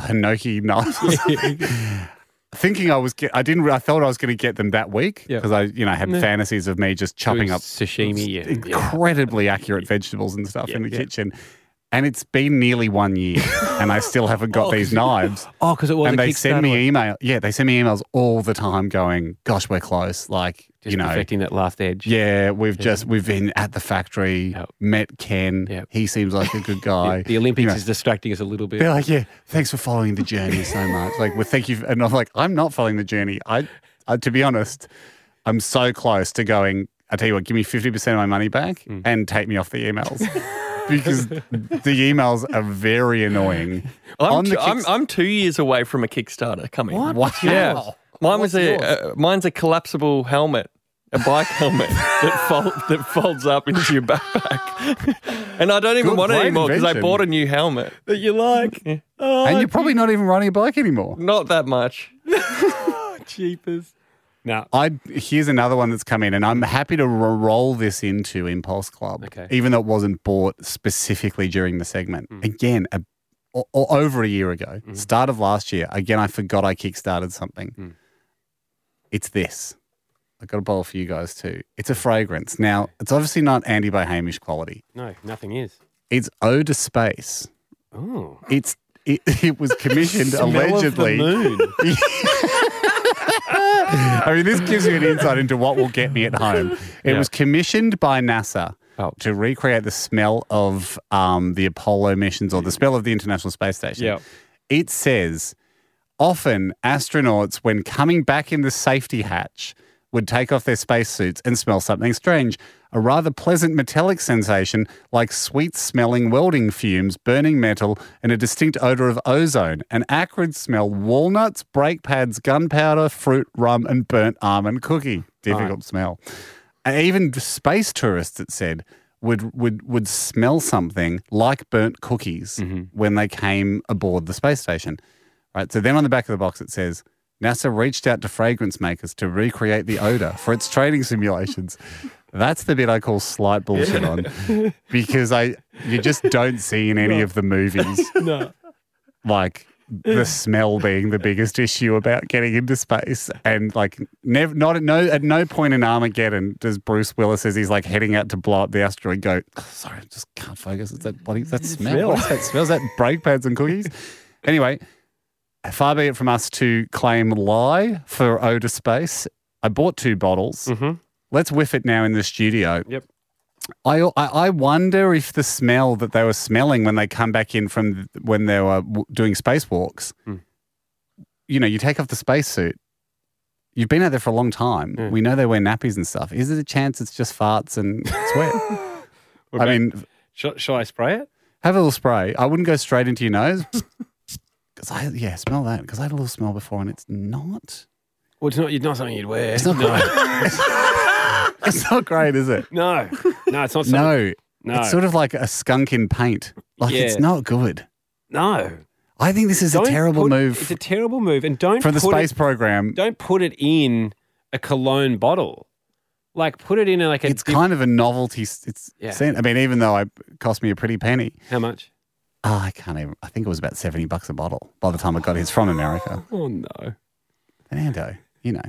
C: <laughs>
D: Hinoki knives. or something. Thinking I was, get, I didn't. re- I thought I was going to get them that week
C: Yeah.
D: because I, you know, had fantasies of me just chopping
C: Doing
D: up
C: sashimi.
D: s-
C: and- yeah.
D: incredibly accurate vegetables and stuff in the
C: yeah.
D: kitchen. And it's been nearly one year, and I still
C: <laughs>
D: haven't got these knives.
C: Oh, because it was.
D: and
C: a
D: they send
C: Kickstarter
D: me e-
C: one.
D: email. Yeah, they send me emails all the time, going, "Gosh, we're close." Like,
C: Just
D: you know,
C: perfecting that last edge.
D: yeah, we've just we've been at the factory,
C: Yep.
D: met Ken.
C: Yep.
D: He seems like a good guy.
C: The, the Olympics
D: You know,
C: is distracting us a little bit.
D: They're like, yeah, thanks for following the journey so much. Like, well, thank you. And I'm like, I'm not following the journey. I, I to be honest, I'm so close to going. I tell you what, give me fifty percent of my money back and take me off the emails because the emails are very annoying.
E: I'm,
D: On the
E: t- I'm,
D: Kicks-
E: I'm two years away from a Kickstarter coming.
D: What? What's
E: Yeah.
D: yours?
E: Mine
D: What's
E: was a,
D: yours?
E: uh, mine's a collapsible helmet, a
D: <laughs>
E: bike helmet that, fold, that folds up into your backpack. and I don't even
D: Good,
E: want it
D: great
E: anymore because I
D: invention.
E: bought a new helmet.
C: That you like. Oh.
D: and you're probably not even riding a bike anymore.
E: Not
D: <laughs>
E: that much.
C: Cheapers. No.
D: I here's another one that's come in, and I'm happy to ro- roll this into Impulse Club,
C: Okay.
D: even though it wasn't bought specifically during the segment. Again, a, o- o- over a year ago, start of last year. Again, I forgot I kickstarted something. It's this. I got a bowl for you guys too. It's a fragrance. Now, it's obviously not Andy by Hamish quality.
C: No, nothing is.
D: It's Eau de Space.
C: Oh.
D: It's it, <laughs> it was commissioned allegedly. <laughs> I mean, this gives you an insight into what will get me at home. It
C: Yeah.
D: was commissioned by NASA
C: Oh.
D: to recreate the smell of um, the Apollo missions or the smell of the International Space Station.
C: Mm. Yeah.
D: It says often astronauts, when coming back in the safety hatch, would take off their spacesuits and smell something strange, a rather pleasant metallic sensation like sweet smelling welding fumes, burning metal, and a distinct odor of ozone, an acrid smell, walnuts, brake pads, gunpowder, fruit, rum, and burnt almond cookie. Difficult smell. And even the space tourists, it said, would would would smell something like burnt cookies when they came aboard the space station. Right. So then on the back of the box it says NASA reached out to fragrance makers to recreate the odor for its training simulations. That's the bit I call slight bullshit on because I you just don't see in any of the movies
C: No.
D: like the smell being the biggest issue about getting into space and like never not at no at no point in Armageddon does Bruce Willis as he's like heading out to blow up the asteroid go "Oh, sorry I just can't focus it's that bloody that smell,
C: smell.
D: What is that smells that brake pads and cookies anyway far be it from us to claim lie for odor space I bought two bottles
C: Mhm.
D: let's whiff it now in the studio
C: Yep.
D: I, I I wonder if the smell that they were smelling when they come back in from th- when they were w- doing spacewalks, you know, you take off the spacesuit. You've been out there for a long time. We know they wear nappies and stuff. Is it a chance it's just farts and <laughs> sweat? I mean,
C: Shall, shall I spray it?
D: have a little spray. I wouldn't go straight into your <laughs> nose. Because I, yeah, smell that. Because I had a little smell before and it's not.
C: Well, it's not, it's not something you'd wear.
D: <laughs> It's not great. it's not great, is <laughs> it?
C: No. No, it's not something.
D: <laughs> No.
C: No.
D: It's sort of like a skunk in paint. Like, it's
C: Yeah.
D: not good.
C: No.
D: I think this is a
C: Don't
D: terrible
C: put-
D: move
C: It's a terrible move. And don't
D: from the
C: put
D: space
C: it,
D: program.
C: don't put it in a cologne bottle. Like put it in a, like a.
D: It's kind of a novelty. s- It's
C: Yeah.
D: scent. I mean, even though I it cost me a pretty penny,
C: How much?
D: oh, I can't even. I think it was about seventy bucks a bottle by the time I got it. It's from America,
C: Oh no.
D: Fernando. You know,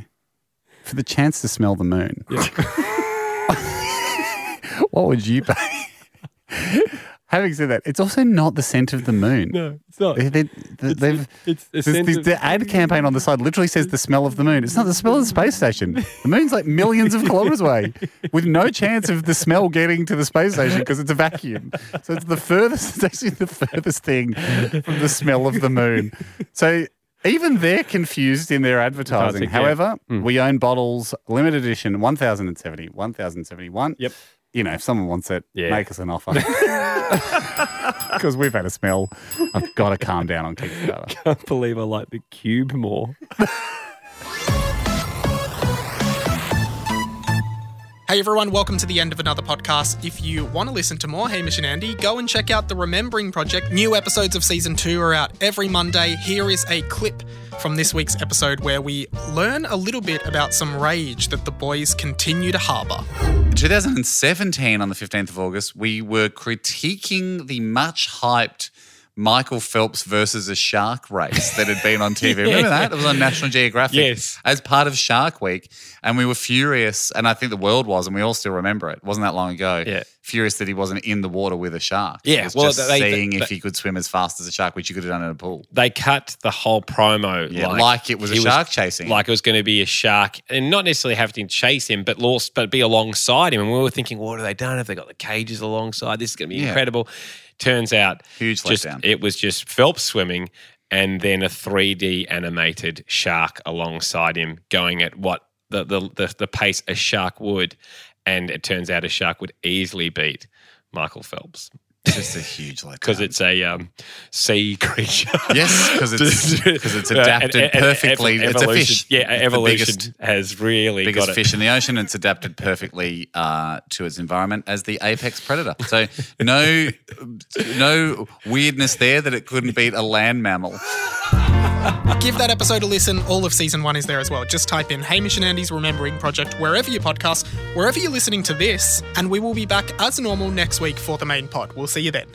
D: for the chance to smell the moon. <laughs> what would you pay? <laughs> Having said that, it's also not the scent of the moon.
C: No, it's not.
D: They, they, have
C: It's the
D: This-
C: scent
D: this-
C: of-
D: the ad campaign on the side literally
C: <laughs>
D: says the smell of the moon. It's not the smell of the space station. The moon's like millions of kilometers away with no chance of the smell getting to the space station because it's a vacuum. So it's the furthest, it's actually the furthest thing from the smell of the moon. So even they're confused in their advertising.
C: Advertising, yeah. Mm.
D: However, we own bottles, limited edition, 1070, 1071.
C: Yep.
D: You know, if someone wants it,
C: Yeah.
D: make us
C: <laughs>
D: an offer. <laughs> Because we've had a smell. I've got to calm down on Kickstarter.
C: can't believe I like the cube more.
G: Hey everyone, welcome to the end of another podcast. If you want to listen to more Hamish and Andy, go and check out the Remembering Project. New episodes of season two are out every Monday. Here is a clip from this week's episode where we learn a little bit about some rage that the boys continue to harbour.
K: In 2017, on the 15th of August, we were critiquing the much hyped Michael Phelps versus a shark race that had
E: <laughs>
K: been on TV. Remember that? It was on National Geographic
C: Yes.
K: as part of Shark Week. And we were furious, and I think the world was, and we all still remember it. It wasn't that long ago.
C: Yeah.
K: Furious that he wasn't in the water with a shark.
E: Yeah,
K: It was
E: well,
K: just
E: they- they-
K: seeing if
E: they-
K: he could swim as fast as a shark, which you could have done in a pool.
E: they cut the whole promo
K: Yeah, like it was a
E: he
K: shark chasing.
E: like it was going to be a shark, and not necessarily have to chase him, but lost, but be alongside him. And we were thinking, what have they done? Have they got the cages alongside? This is going to be
K: Yeah.
E: incredible. Turns out,
K: Huge
E: just,
K: letdown.
E: It was just Phelps swimming, and then a 3D animated shark alongside him, going at what the the the, the pace a shark would, and it turns out a shark would easily beat Michael Phelps
K: Just a huge
E: <laughs>
K: letdown.
E: because it's a um, sea <laughs> creature. Uh,
K: Yes, because it's, 'cause
E: <laughs>
K: it's adapted
E: And- and- and
K: perfectly.
E: e- ev-
K: it's a
E: evolution-
K: fish.
E: Yeah,
K: It's the
E: evolution
K: biggest-
E: has really
K: biggest
E: got it.
K: fish in the ocean. It's adapted perfectly uh, to its environment as the apex predator. So no, no weirdness there that it couldn't beat a land mammal.
G: Give that episode a listen. All of season one is there as well. Just type in Hamish and Andy's Remembering Project wherever you podcast, wherever you're listening to this, and we will be back as normal next week for the main pod. We'll see you then.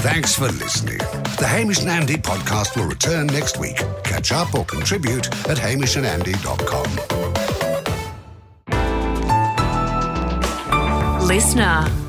B: Thanks for listening. The Hamish and Andy podcast will return next week. Catch up or contribute at hamishandandy.com.
A: Listener.